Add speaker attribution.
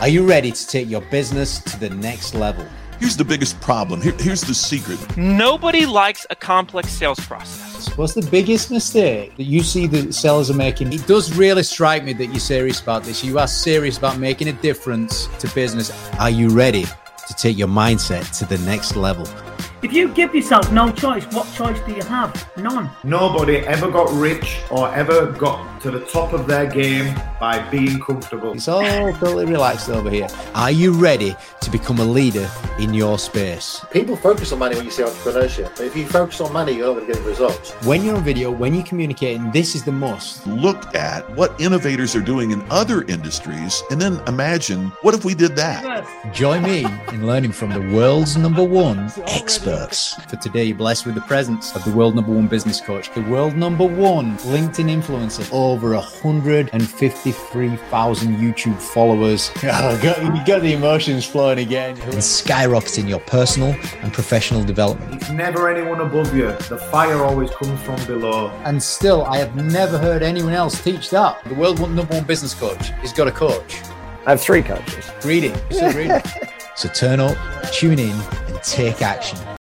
Speaker 1: Are you ready to take your business to the next level?
Speaker 2: Here's the biggest problem. Here, here's the secret.
Speaker 3: Nobody likes a complex sales process.
Speaker 1: What's the biggest mistake that you see that sellers are making? It does really strike me that you're serious about this. You are serious about making a difference to business. Are you ready to take your mindset to the next level?
Speaker 4: If you give yourself no choice, what choice do you have? None.
Speaker 5: Nobody ever got rich or ever got to the top of their game by being comfortable.
Speaker 1: It's all totally relaxed over here. Are you ready to become a leader in your space?
Speaker 6: People focus on money when you say entrepreneurship. But if you focus on money, you're not going to get results.
Speaker 1: When you're on video, when you're communicating, this is the must.
Speaker 2: Look at what innovators are doing in other industries and then imagine what if we did that?
Speaker 1: Join me in learning from the world's number one experts. For today, you're blessed with the presence of the world number one business coach, the world number one LinkedIn influencer, over 153,000 YouTube followers. Oh, got, you got the emotions flowing again. And skyrocketing your personal and professional development.
Speaker 5: It's never anyone above you. The fire always comes from below.
Speaker 1: And still, I have never heard anyone else teach that. The world number one business coach has got a coach.
Speaker 7: I have three coaches.
Speaker 1: Reading. You're still reading. so turn up, tune in, and take action.